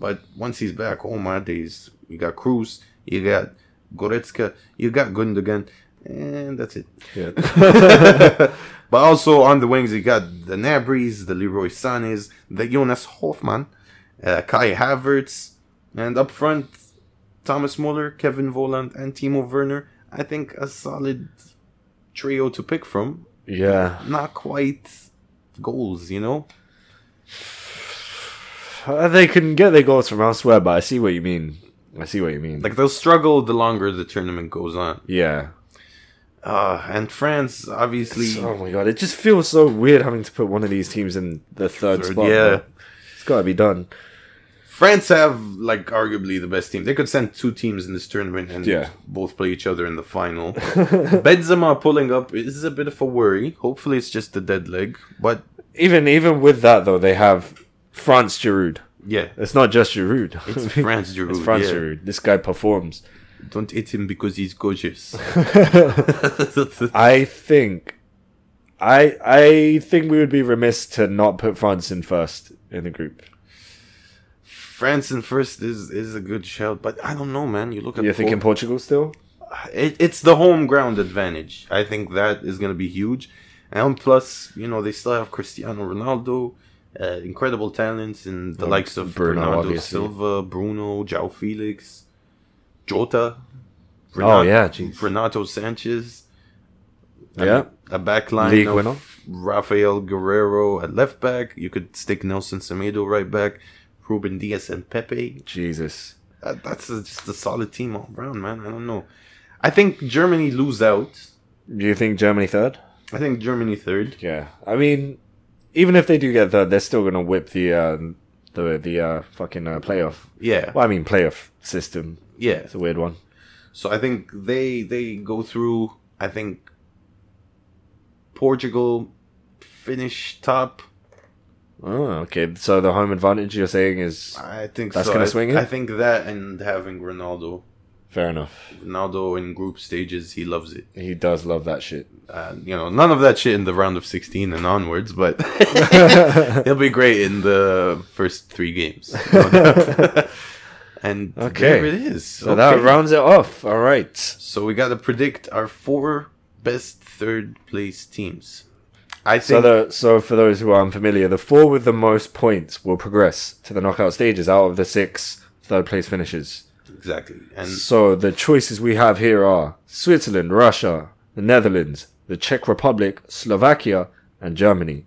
S1: but once he's back, oh my days! You got Cruz, you got Goretzka, you got Gundogan, and that's it.
S2: Yeah.
S1: but also on the wings, you got the Nabries, the Leroy Sanes, the Jonas Hoffman, uh, Kai Havertz, and up front, Thomas Muller, Kevin Voland, and Timo Werner. I think a solid trio to pick from.
S2: yeah.
S1: Not quite goals, you know?
S2: Uh, They can get their goals from elsewhere, but I see what you mean. I see what you mean.
S1: Like they'll struggle the longer the tournament goes on.
S2: yeah.
S1: Uh, and France, obviously.
S2: Oh my god, it just feels so weird having to put one of these teams in the third,
S1: Third,
S2: spot.
S1: yeah.
S2: man. It's got to be done.
S1: France have like arguably the best team. They could send two teams in this tournament and
S2: Yeah.
S1: both play each other in the final. Benzema pulling up is a bit of a worry. Hopefully, it's just a dead leg. But
S2: Even even with that though, they have France Giroud.
S1: yeah,
S2: It's not just Giroud.
S1: it's France Giroud.
S2: It's France
S1: yeah.
S2: Giroud. This guy performs.
S1: Don't hit him because he's gorgeous.
S2: I think I I think we would be remiss to not put France in first in the group.
S1: France in first is is a good shout, but I don't know, man. You look at
S2: You're
S1: Port-
S2: thinking Portugal still?
S1: it, it's the home ground advantage. I think that is going to be huge. And plus, you know, they still have Cristiano Ronaldo, uh, incredible talents in the likes of
S2: Bruno,
S1: Bernardo
S2: obviously.
S1: Silva, Bruno, Jao Felix, Jota.
S2: Oh, yeah, jeez.
S1: Renato Sanchez.
S2: Yeah.
S1: A back line
S2: League
S1: of
S2: winner.
S1: Rafael Guerrero at left back. You could stick Nelson Semedo right back. Ruben Diaz and Pepe.
S2: Jesus.
S1: Uh, that's a, just a solid team all round, man. I don't know. I think Germany lose out.
S2: Do you think Germany third?
S1: I think Germany third.
S2: Yeah. I mean, even if they do get third, they're still gonna whip the uh, the the uh, fucking uh, playoff.
S1: Yeah,
S2: Well, I mean playoff system.
S1: yeah.
S2: It's a weird one.
S1: So I think they they go through. I think Portugal finish top.
S2: Oh, okay. So the home advantage you're saying is
S1: I think
S2: That's
S1: so.
S2: gonna
S1: I,
S2: swing it?
S1: I think that and having Ronaldo.
S2: fair enough.
S1: Ronaldo in group stages, he loves it.
S2: He does love that shit.
S1: Uh, you know, none of that shit in the round of 16 and onwards, but he'll be great in the first three games. and
S2: Okay.
S1: there it is.
S2: So that
S1: Okay.
S2: rounds it off. All right.
S1: So we got to predict our four best third place teams. I think
S2: So, the, so for those who are unfamiliar, the four with the most points will progress to the knockout stages out of the six third place finishes.
S1: exactly, and
S2: So the choices we have here are Switzerland, Russia, the Netherlands, the Czech Republic, Slovakia, and Germany.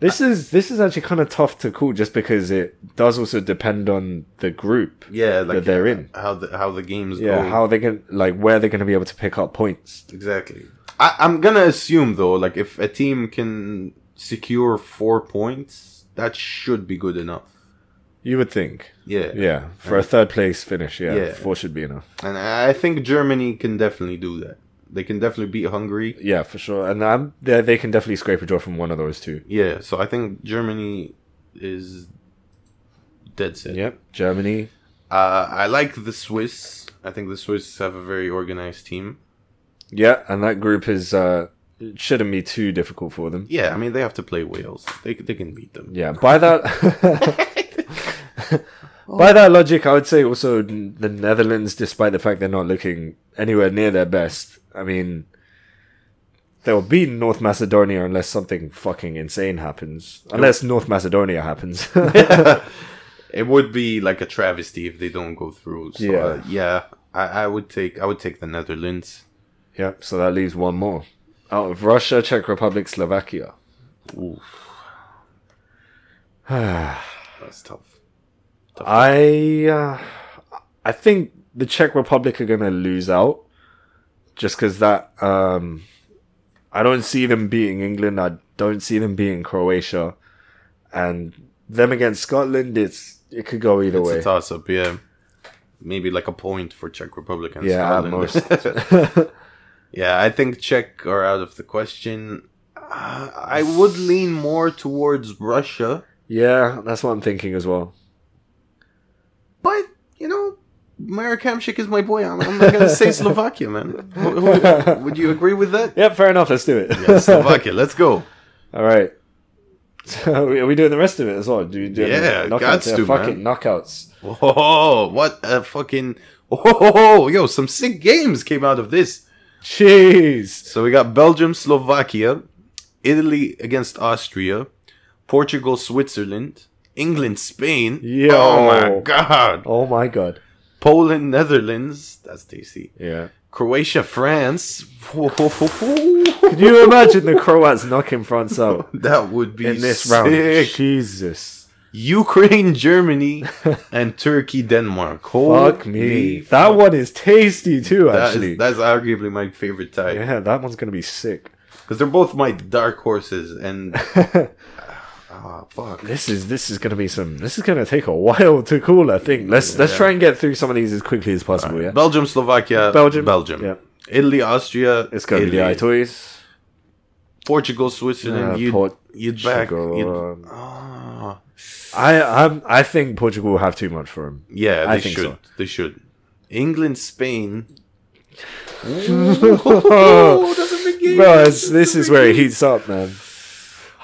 S2: This is this is actually kind of tough to call just because it does also depend on the group.
S1: yeah, like
S2: that they're in.
S1: how the how the games
S2: Yeah,
S1: go.
S2: how they can like where they're going to be able to pick up points.
S1: exactly. I, I'm gonna assume though, like if a team can secure four points, that should be good enough.
S2: You would think.
S1: Yeah,
S2: Yeah, for a third place finish, yeah,
S1: Yeah.
S2: four should be enough.
S1: and I think Germany can definitely do that. They can definitely beat Hungary.
S2: Yeah, for sure. And I'm, they, they can definitely scrape a draw from one of those two.
S1: Yeah, so I think Germany is dead set.
S2: Yep. Germany.
S1: Uh, I like the Swiss. I think the Swiss have a very organized team.
S2: Yeah, and that group is uh it shouldn't be too difficult for them.
S1: Yeah, I mean they have to play Wales. They they can beat them.
S2: Yeah, by that by that logic, I would say also n- the Netherlands, despite the fact they're not looking anywhere near their best. I mean, they'll beat North Macedonia unless something fucking insane happens. Unless North Macedonia happens.
S1: It would be like a travesty if they don't go through. So, yeah,
S2: Yeah.
S1: uh, yeah. I, I would take I would take the Netherlands.
S2: Yep, so that leaves one more. Out of Russia, Czech Republic, Slovakia.
S1: Oof, that's tough.
S2: I uh, I think the Czech Republic are going to lose out just cuz that um I don't see them beating England. I don't see them beating Croatia. And them against Scotland, it's it could go either
S1: It's
S2: way.
S1: a toss up. Yeah, maybe like a point for Czech Republic and
S2: yeah, at
S1: Scotland.
S2: most.
S1: yeah, I think Czech are out of the question. Uh, I would lean more towards Russia,
S2: yeah, that's what I'm thinking as well.
S1: but you know. Marek Hamšík is my boy. I'm, I'm not gonna say Slovakia, man. Who- who- would you agree with that?
S2: Yep, fair enough. Let's do it.
S1: Yeah, Slovakia. Let's go.
S2: All right. So are we doing the rest of it as well? Do we do
S1: Yeah,
S2: knockouts?
S1: gots to,
S2: fucking knockouts.
S1: Whoa, what a fucking. Oh, yo, some sick games came out of this.
S2: Jeez.
S1: So we got Belgium, Slovakia, Italy against Austria, Portugal, Switzerland, England, Spain.
S2: Yo.
S1: Oh my god.
S2: Oh my god.
S1: Poland, Netherlands. That's tasty.
S2: Yeah.
S1: Croatia, France.
S2: Can you imagine the Croats knocking France out
S1: That would be
S2: in this
S1: sick.
S2: round? Jesus.
S1: Ukraine, Germany, and Turkey, Denmark. Holy
S2: Fuck me. That one is tasty too,
S1: That
S2: actually.
S1: is, that's arguably my favorite type.
S2: yeah, that one's gonna be sick.
S1: Because they're both my dark horses, and ah, fuck.
S2: This is this is gonna be some. This is gonna take a while to call. I think. Let's let's try and get through some of these as quickly as possible. Yeah.
S1: Belgium, Slovakia,
S2: Belgium.
S1: Belgium,
S2: Yeah.
S1: Italy, Austria.
S2: It's gonna be the
S1: Italy,
S2: Itoys.
S1: Portugal, Switzerland.
S2: Uh,
S1: you'd,
S2: Port-
S1: you'd back.
S2: Portugal,
S1: You'd,
S2: um,
S1: Ah.
S2: I I'm, I think Portugal will have too much for him.
S1: yeah, they
S2: I think
S1: should.
S2: so.
S1: They should. England, Spain.
S2: Oh,
S1: Ooh, that's a big game.
S2: Bro, it's, this is where it heats up, man.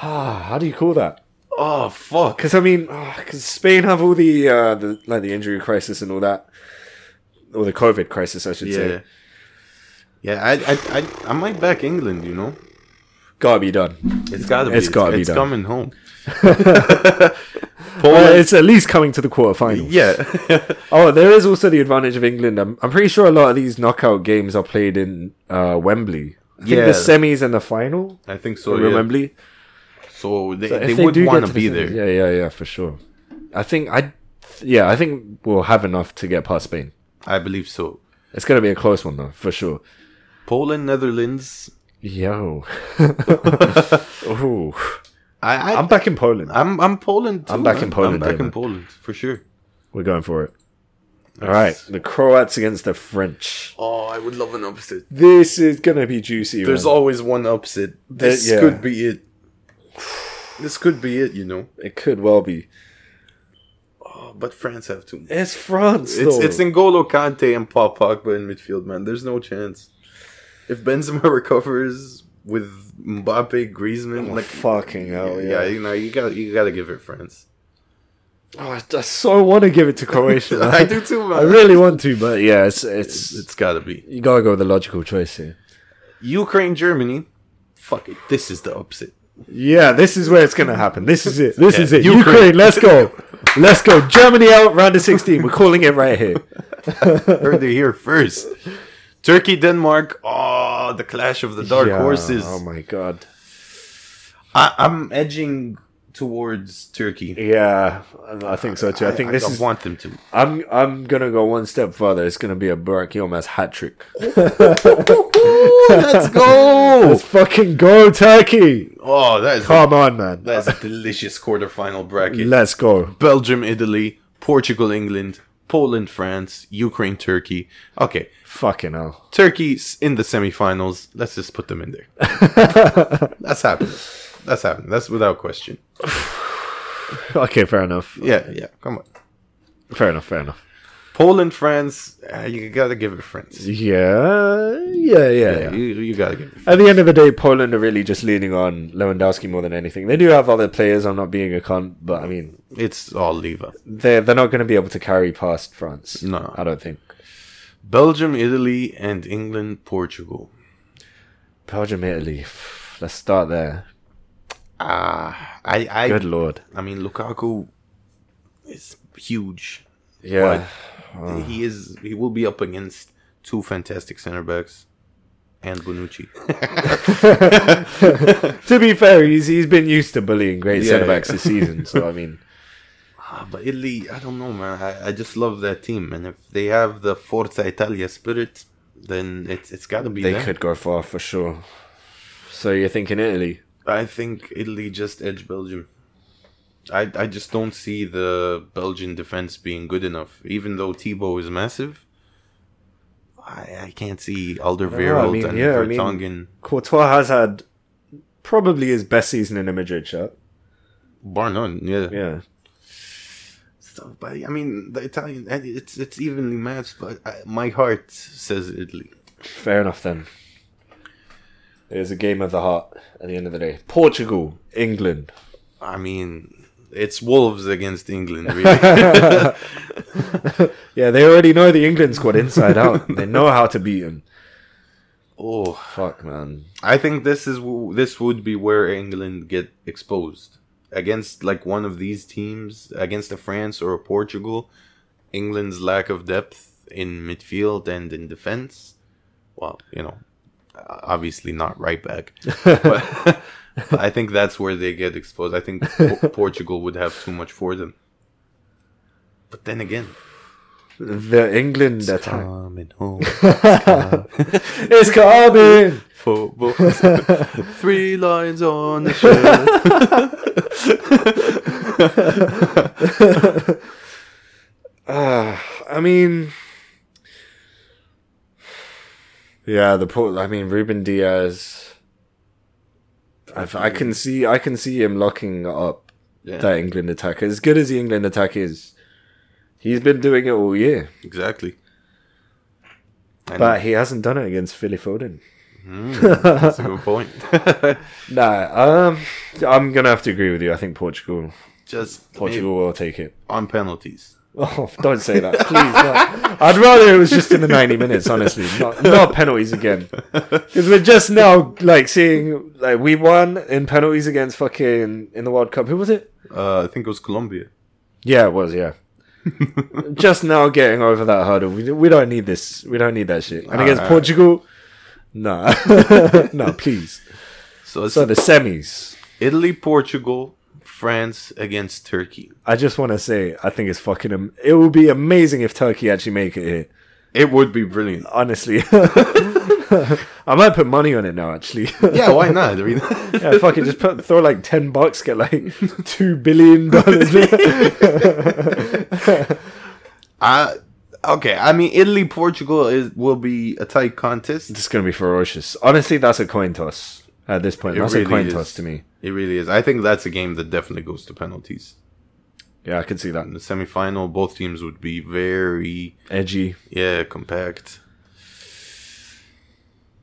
S2: Ah, How do you call that?
S1: Oh fuck!
S2: Because I mean, because Spain have all the, uh, the like the injury crisis and all that, or the COVID crisis, I should
S1: Yeah,
S2: say.
S1: yeah. I, I, I, I might back England. You know,
S2: Gotta be done.
S1: it's gotta be.
S2: It's gotta be
S1: It's
S2: done.
S1: coming home.
S2: Well, it's at least coming to the quarterfinals.
S1: Yeah.
S2: Oh, there is also the advantage of England. I'm, I'm pretty sure a lot of these knockout games are played in uh, Wembley. I think the semis and the final.
S1: I think so.
S2: So
S1: Oh, yeah.
S2: remember,
S1: So they,
S2: So
S1: they,
S2: if
S1: would
S2: do get
S1: want
S2: the
S1: to be
S2: semis-
S1: there.
S2: Yeah, yeah, yeah, for sure. I think I, yeah, I think we'll have enough to get past Spain.
S1: I believe so.
S2: It's gonna be a close one though, for sure.
S1: Poland, Netherlands.
S2: Yo, Ooh.
S1: I, I
S2: I'm back in Poland.
S1: I'm I'm Poland. Too,
S2: I'm back in
S1: man.
S2: Poland,
S1: I'm back in
S2: Damon.
S1: Poland for sure.
S2: We're going for it. All right, the Croats against the French.
S1: Oh, I would love an upset.
S2: This is gonna be juicy.
S1: There's
S2: man.
S1: always one upset. This
S2: yeah.
S1: could be it. This could be it, you know.
S2: it could well be.
S1: Oh, but France have too much.
S2: It's France.
S1: It's
S2: though.
S1: it's N'Golo Kante and Paul Pogba in midfield, man. There's no chance. If Benzema recovers with Mbappe, Griezmann, like
S2: Oh, fucking hell.
S1: yeah, you know, you got you got to give it France.
S2: Oh, I just so want to give it to Croatia. man.
S1: I do too, man.
S2: I really want to, but yeah, it's it's,
S1: it's got to be
S2: you gotta go with the logical choice here.
S1: Ukraine, Germany. Fuck it, this is the upset.
S2: Yeah, this is where it's gonna happen. This is it. This
S1: Yeah,
S2: is it.
S1: Ukraine.
S2: Ukraine. let's go. Let's go. Germany out round of sixteen. We're calling it right here.
S1: Heard it here first. Turkey, Denmark. Oh, the clash of the dark
S2: Yeah,
S1: horses.
S2: Oh my god.
S1: I, I'm edging towards Turkey.
S2: Yeah, I think so too. I think this
S1: I
S2: is.
S1: want them to.
S2: I'm I'm gonna go one step further. It's gonna be a Burak Yilmaz hat trick.
S1: let's go!
S2: Let's fucking go, Turkey!
S1: Oh, that is
S2: Come on, man.
S1: That's a delicious quarterfinal bracket.
S2: Let's go.
S1: Belgium, Italy, Portugal, England, Poland, France, Ukraine, Turkey. Okay,
S2: Fucking hell.
S1: Turkey's in the semifinals. Let's just put them in there. That's happening. That's happening. That's without question.
S2: Okay, fair enough.
S1: Yeah, yeah. Come on.
S2: Fair enough. Fair enough.
S1: Poland, France. uh, you gotta give it France.
S2: Yeah, yeah, yeah. yeah.
S1: You, you gotta give it.
S2: At the end of the day, Poland are really just leaning on Lewandowski more than anything. They do have other players. I'm not being a cunt, but I mean,
S1: It's all Leva.
S2: they're they're not going to be able to carry past France.
S1: No.
S2: I don't think.
S1: Belgium, Italy, and England, Portugal.
S2: Belgium, Italy. Let's start there.
S1: Ah, I, I,
S2: Good lord.
S1: I mean, Lukaku is huge.
S2: Yeah.
S1: he is he will be up against two fantastic center backs and Bonucci.
S2: To be fair, he's he's been used to bullying great
S1: Yeah,
S2: centre
S1: yeah.
S2: backs this season. So I mean,
S1: Ah, but Italy, I don't know, man. I, I just love that team, and if they have the Forza Italia spirit, then it's it's got to be
S2: they
S1: them.
S2: could go far for sure. So you're thinking Italy?
S1: I think Italy just edge Belgium. I I just don't see the Belgian defense being good enough, even though Thibaut is massive. I, I can't see Alderweireld
S2: I mean,
S1: and
S2: yeah, I mean-
S1: Vertonghen.
S2: Courtois has had probably his best season in a Madrid shirt.
S1: bar none. Yeah,
S2: Yeah.
S1: So, but I mean, the Italian, and it's it's evenly matched, but I, my heart says Italy.
S2: Fair enough then. It is a game of the heart at the end of the day. Portugal, England.
S1: I mean, it's Wolves against England, really.
S2: Yeah, they already know the England squad inside out. They know how to beat them.
S1: oh,
S2: Fuck, man.
S1: I think this is w- this would be where England get exposed against like one of these teams, against a France or a Portugal. England's lack of depth in midfield and in defense. Well, you know, obviously not right back. but I think that's where they get exposed. I think Po- Portugal would have too much for them. But then again,
S2: The England attack.
S1: coming home
S2: It's coming!
S1: for three lines on the shirt.
S2: Ah, I mean. Yeah, the Port. I mean, Ruben Diaz. i I can see, I can see him locking up
S1: Yeah,
S2: that England attack. As good as the England attack is, he's been doing it all year,
S1: exactly. And
S2: but he hasn't done it against Philly Foden.
S1: that's a good point.
S2: Nah, um, I'm gonna have to agree with you. I think Portugal,
S1: Just
S2: Portugal will take it.
S1: on penalties.
S2: Oh, don't say that, please. no. I'd rather it was just in the 90 minutes, honestly. Not, not penalties again, because we're just now like seeing like we won in penalties against fucking in the World Cup. Who was it?
S1: Uh, I think it was Colombia.
S2: Yeah, it was. Yeah. just now getting over that hurdle. We, we don't need this. We don't need that shit. And against
S1: Alright.
S2: Portugal, Nah. no, please.
S1: So it's
S2: So the semis.
S1: Italy, Portugal, France against Turkey.
S2: I just want to say, I think it's fucking. Am- it would be amazing if Turkey actually make it here.
S1: It would be brilliant.
S2: Honestly, I might put money on it now. Actually,
S1: Yeah, why not? I mean,
S2: yeah, fucking just put throw like ten bucks, get like two billion dollars.
S1: I okay. I mean, Italy, Portugal is will be a tight contest.
S2: It's gonna be ferocious. Honestly, that's a coin toss at this point.
S1: It
S2: that's a
S1: really
S2: coin
S1: is.
S2: toss to me.
S1: It really is. I think that's a game that definitely goes to penalties.
S2: Yeah, I can see that.
S1: In the semifinal, both teams would be very
S2: Edgy.
S1: yeah compact.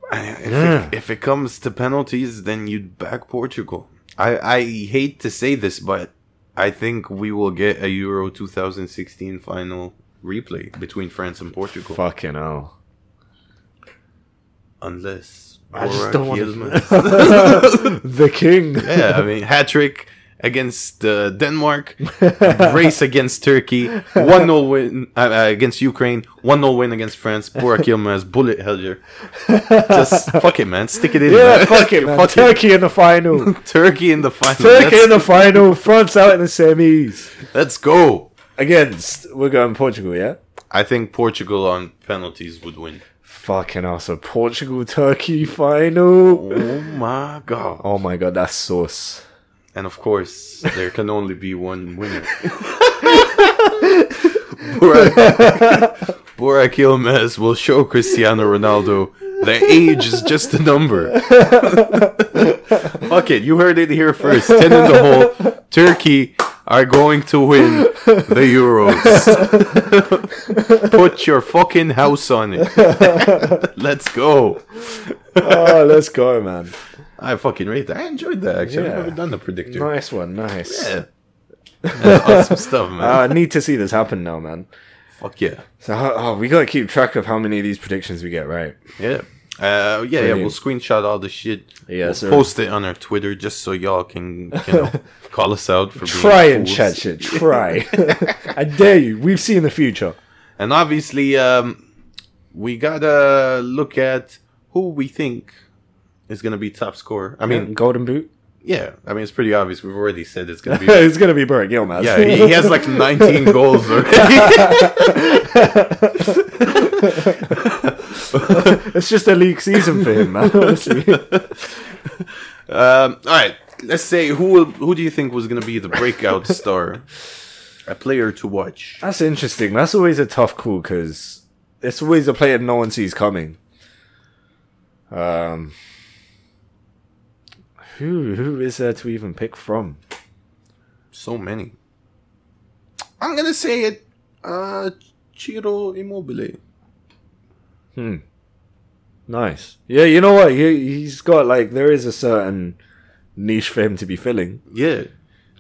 S1: I- If,
S2: Yeah.
S1: it, if it comes to penalties, then you'd back Portugal. I, I hate to say this, but I think we will get a Euro 2016 final replay between France and Portugal.
S2: Fucking hell.
S1: Unless
S2: I just
S1: Burak
S2: don't want to-
S1: Yilmaz-
S2: The king.
S1: yeah, I mean hat trick against uh, Denmark, race against Turkey, one 0 win uh, uh, against Ukraine, one 0 win against France. Burak Yilmaz, bullet Helger. Just fuck it, man. Stick it in.
S2: Yeah,
S1: man.
S2: fuck it, man.
S1: Fuck it.
S2: Turkey in the final.
S1: Turkey in the final.
S2: Turkey
S1: let's,
S2: in the final. France out in the semis.
S1: let's go.
S2: Against we're going Portugal, yeah.
S1: I think Portugal on penalties would win.
S2: Fucking hell, so Portugal Turkey final.
S1: Oh my god!
S2: Oh my god, that's sauce.
S1: And of course, there can only be one winner. Burak, Burak Yilmaz will show Cristiano Ronaldo that age is just a number. Fuck it, you heard it here first. Ten in the hole. Turkey are going to win the Euros. Put your fucking house on it. Let's go.
S2: Oh, let's go, man.
S1: I fucking rate that. I enjoyed that actually.
S2: Yeah.
S1: I've never done the predictor.
S2: Nice one, nice.
S1: Yeah. That's awesome stuff, man.
S2: Uh, I need to see this happen now, man.
S1: Fuck yeah.
S2: So how, oh, we gotta keep track of how many of these predictions we get right.
S1: Yeah. Uh, yeah, yeah,
S2: Brilliant.
S1: we'll screenshot all the shit.
S2: Yeah,
S1: we'll
S2: sir.
S1: post it on our Twitter just so y'all can, you know, call us out for
S2: Try
S1: being
S2: and
S1: fools.
S2: chat shit. Try. I dare you. We've seen the future.
S1: And obviously, um, we gotta look at who we think is gonna be top scorer. I mean,
S2: Golden boot.
S1: yeah, I mean it's pretty obvious. We've already said it's gonna be.
S2: it's gonna be Burke Gilmas.
S1: yeah, he, he has like 19 goals already.
S2: it's just a league season for him, man. Honestly.
S1: um, all right, let's say who will, who do you think was gonna be the breakout star, a player to watch?
S2: That's interesting. That's always a tough call because it's always a player no one sees coming. Um, who who is there to even pick from?
S1: So many. I'm gonna say it. Uh, Chiro Immobile.
S2: Nice. Yeah, you know what? He he's got like there is a certain niche for him to be filling
S1: Yeah,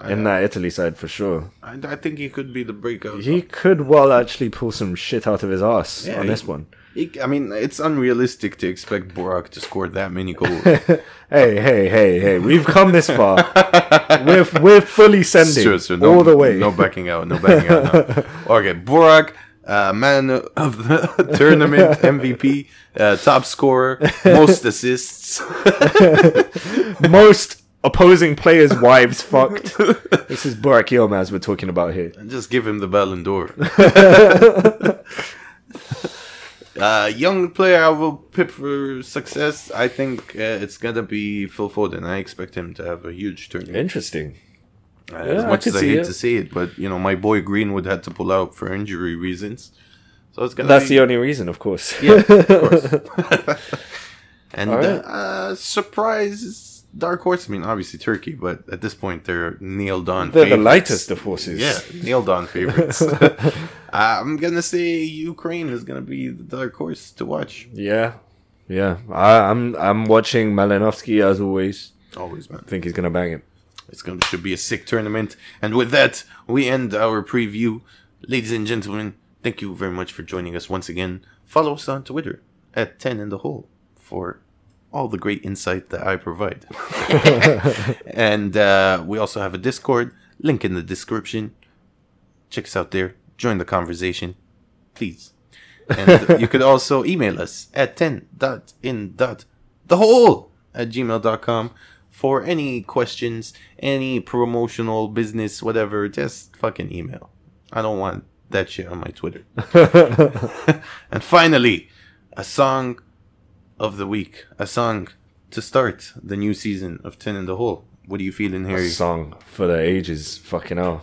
S1: I,
S2: in that Italy side for sure.
S1: I, I think he could be the breakout.
S2: He could well actually pull some shit out of his ass
S1: Yeah,
S2: on
S1: he-
S2: this one.
S1: He- I mean, it's unrealistic to expect Borak to score that many goals.
S2: Hey, hey, hey, hey! We've come this far. we're we're fully sending
S1: Sure, so no-
S2: all the way.
S1: No backing out. No backing out. No. Okay, Borak. Uh, man of the tournament, MVP, uh, top scorer, most assists.
S2: most opposing players' wives fucked. This is Burak Yilmaz we're talking about here.
S1: Just give him the Ballon d'Or. uh, young player I will pick for success. I think uh, it's gonna be Phil Foden. I expect him to have a huge tournament.
S2: Interesting.
S1: Uh,
S2: Yeah,
S1: as
S2: I
S1: much
S2: could
S1: as I
S2: see
S1: hate
S2: it.
S1: to say it, but you know my boy Greenwood had to pull out for injury reasons. So it's gonna.
S2: That's
S1: be,
S2: the only reason, of course.
S1: yeah, of course. and
S2: All right.
S1: uh, surprise, dark horse. I mean, obviously Turkey, but at this point they're nailed on.
S2: They're the
S1: favorites.
S2: lightest of horses.
S1: Yeah, nailed on favorites. I'm gonna say Ukraine is gonna be the dark horse to watch.
S2: Yeah. Yeah. I, I'm I'm watching Malinovsky as always.
S1: Always, man.
S2: I think he's gonna bang it.
S1: It's gonna should be a sick tournament. And with that, we end our preview, ladies and gentlemen. Thank you very much for joining us once again. Follow us on Twitter at Ten in the Hole for all the great insight that I provide. and uh, we also have a Discord link in the description. Check us out there. Join the conversation, please. And you could also email us at 10.in.thehole at gmail.com for any questions, any promotional business, whatever. Just fucking email. I don't want that shit on my Twitter. and finally, a song of the week. A song to start the new season of 10 in the Hole. What are you feeling, Harry?
S2: Song for the ages. Fucking hell.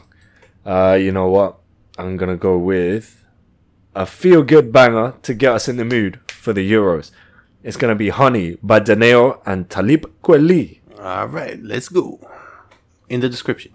S2: Uh, you know what? I'm gonna go with a feel good banger to get us in the mood for the Euros. It's gonna be Honey by Daneo and Talib Kweli.
S1: All right, let's go. In the description.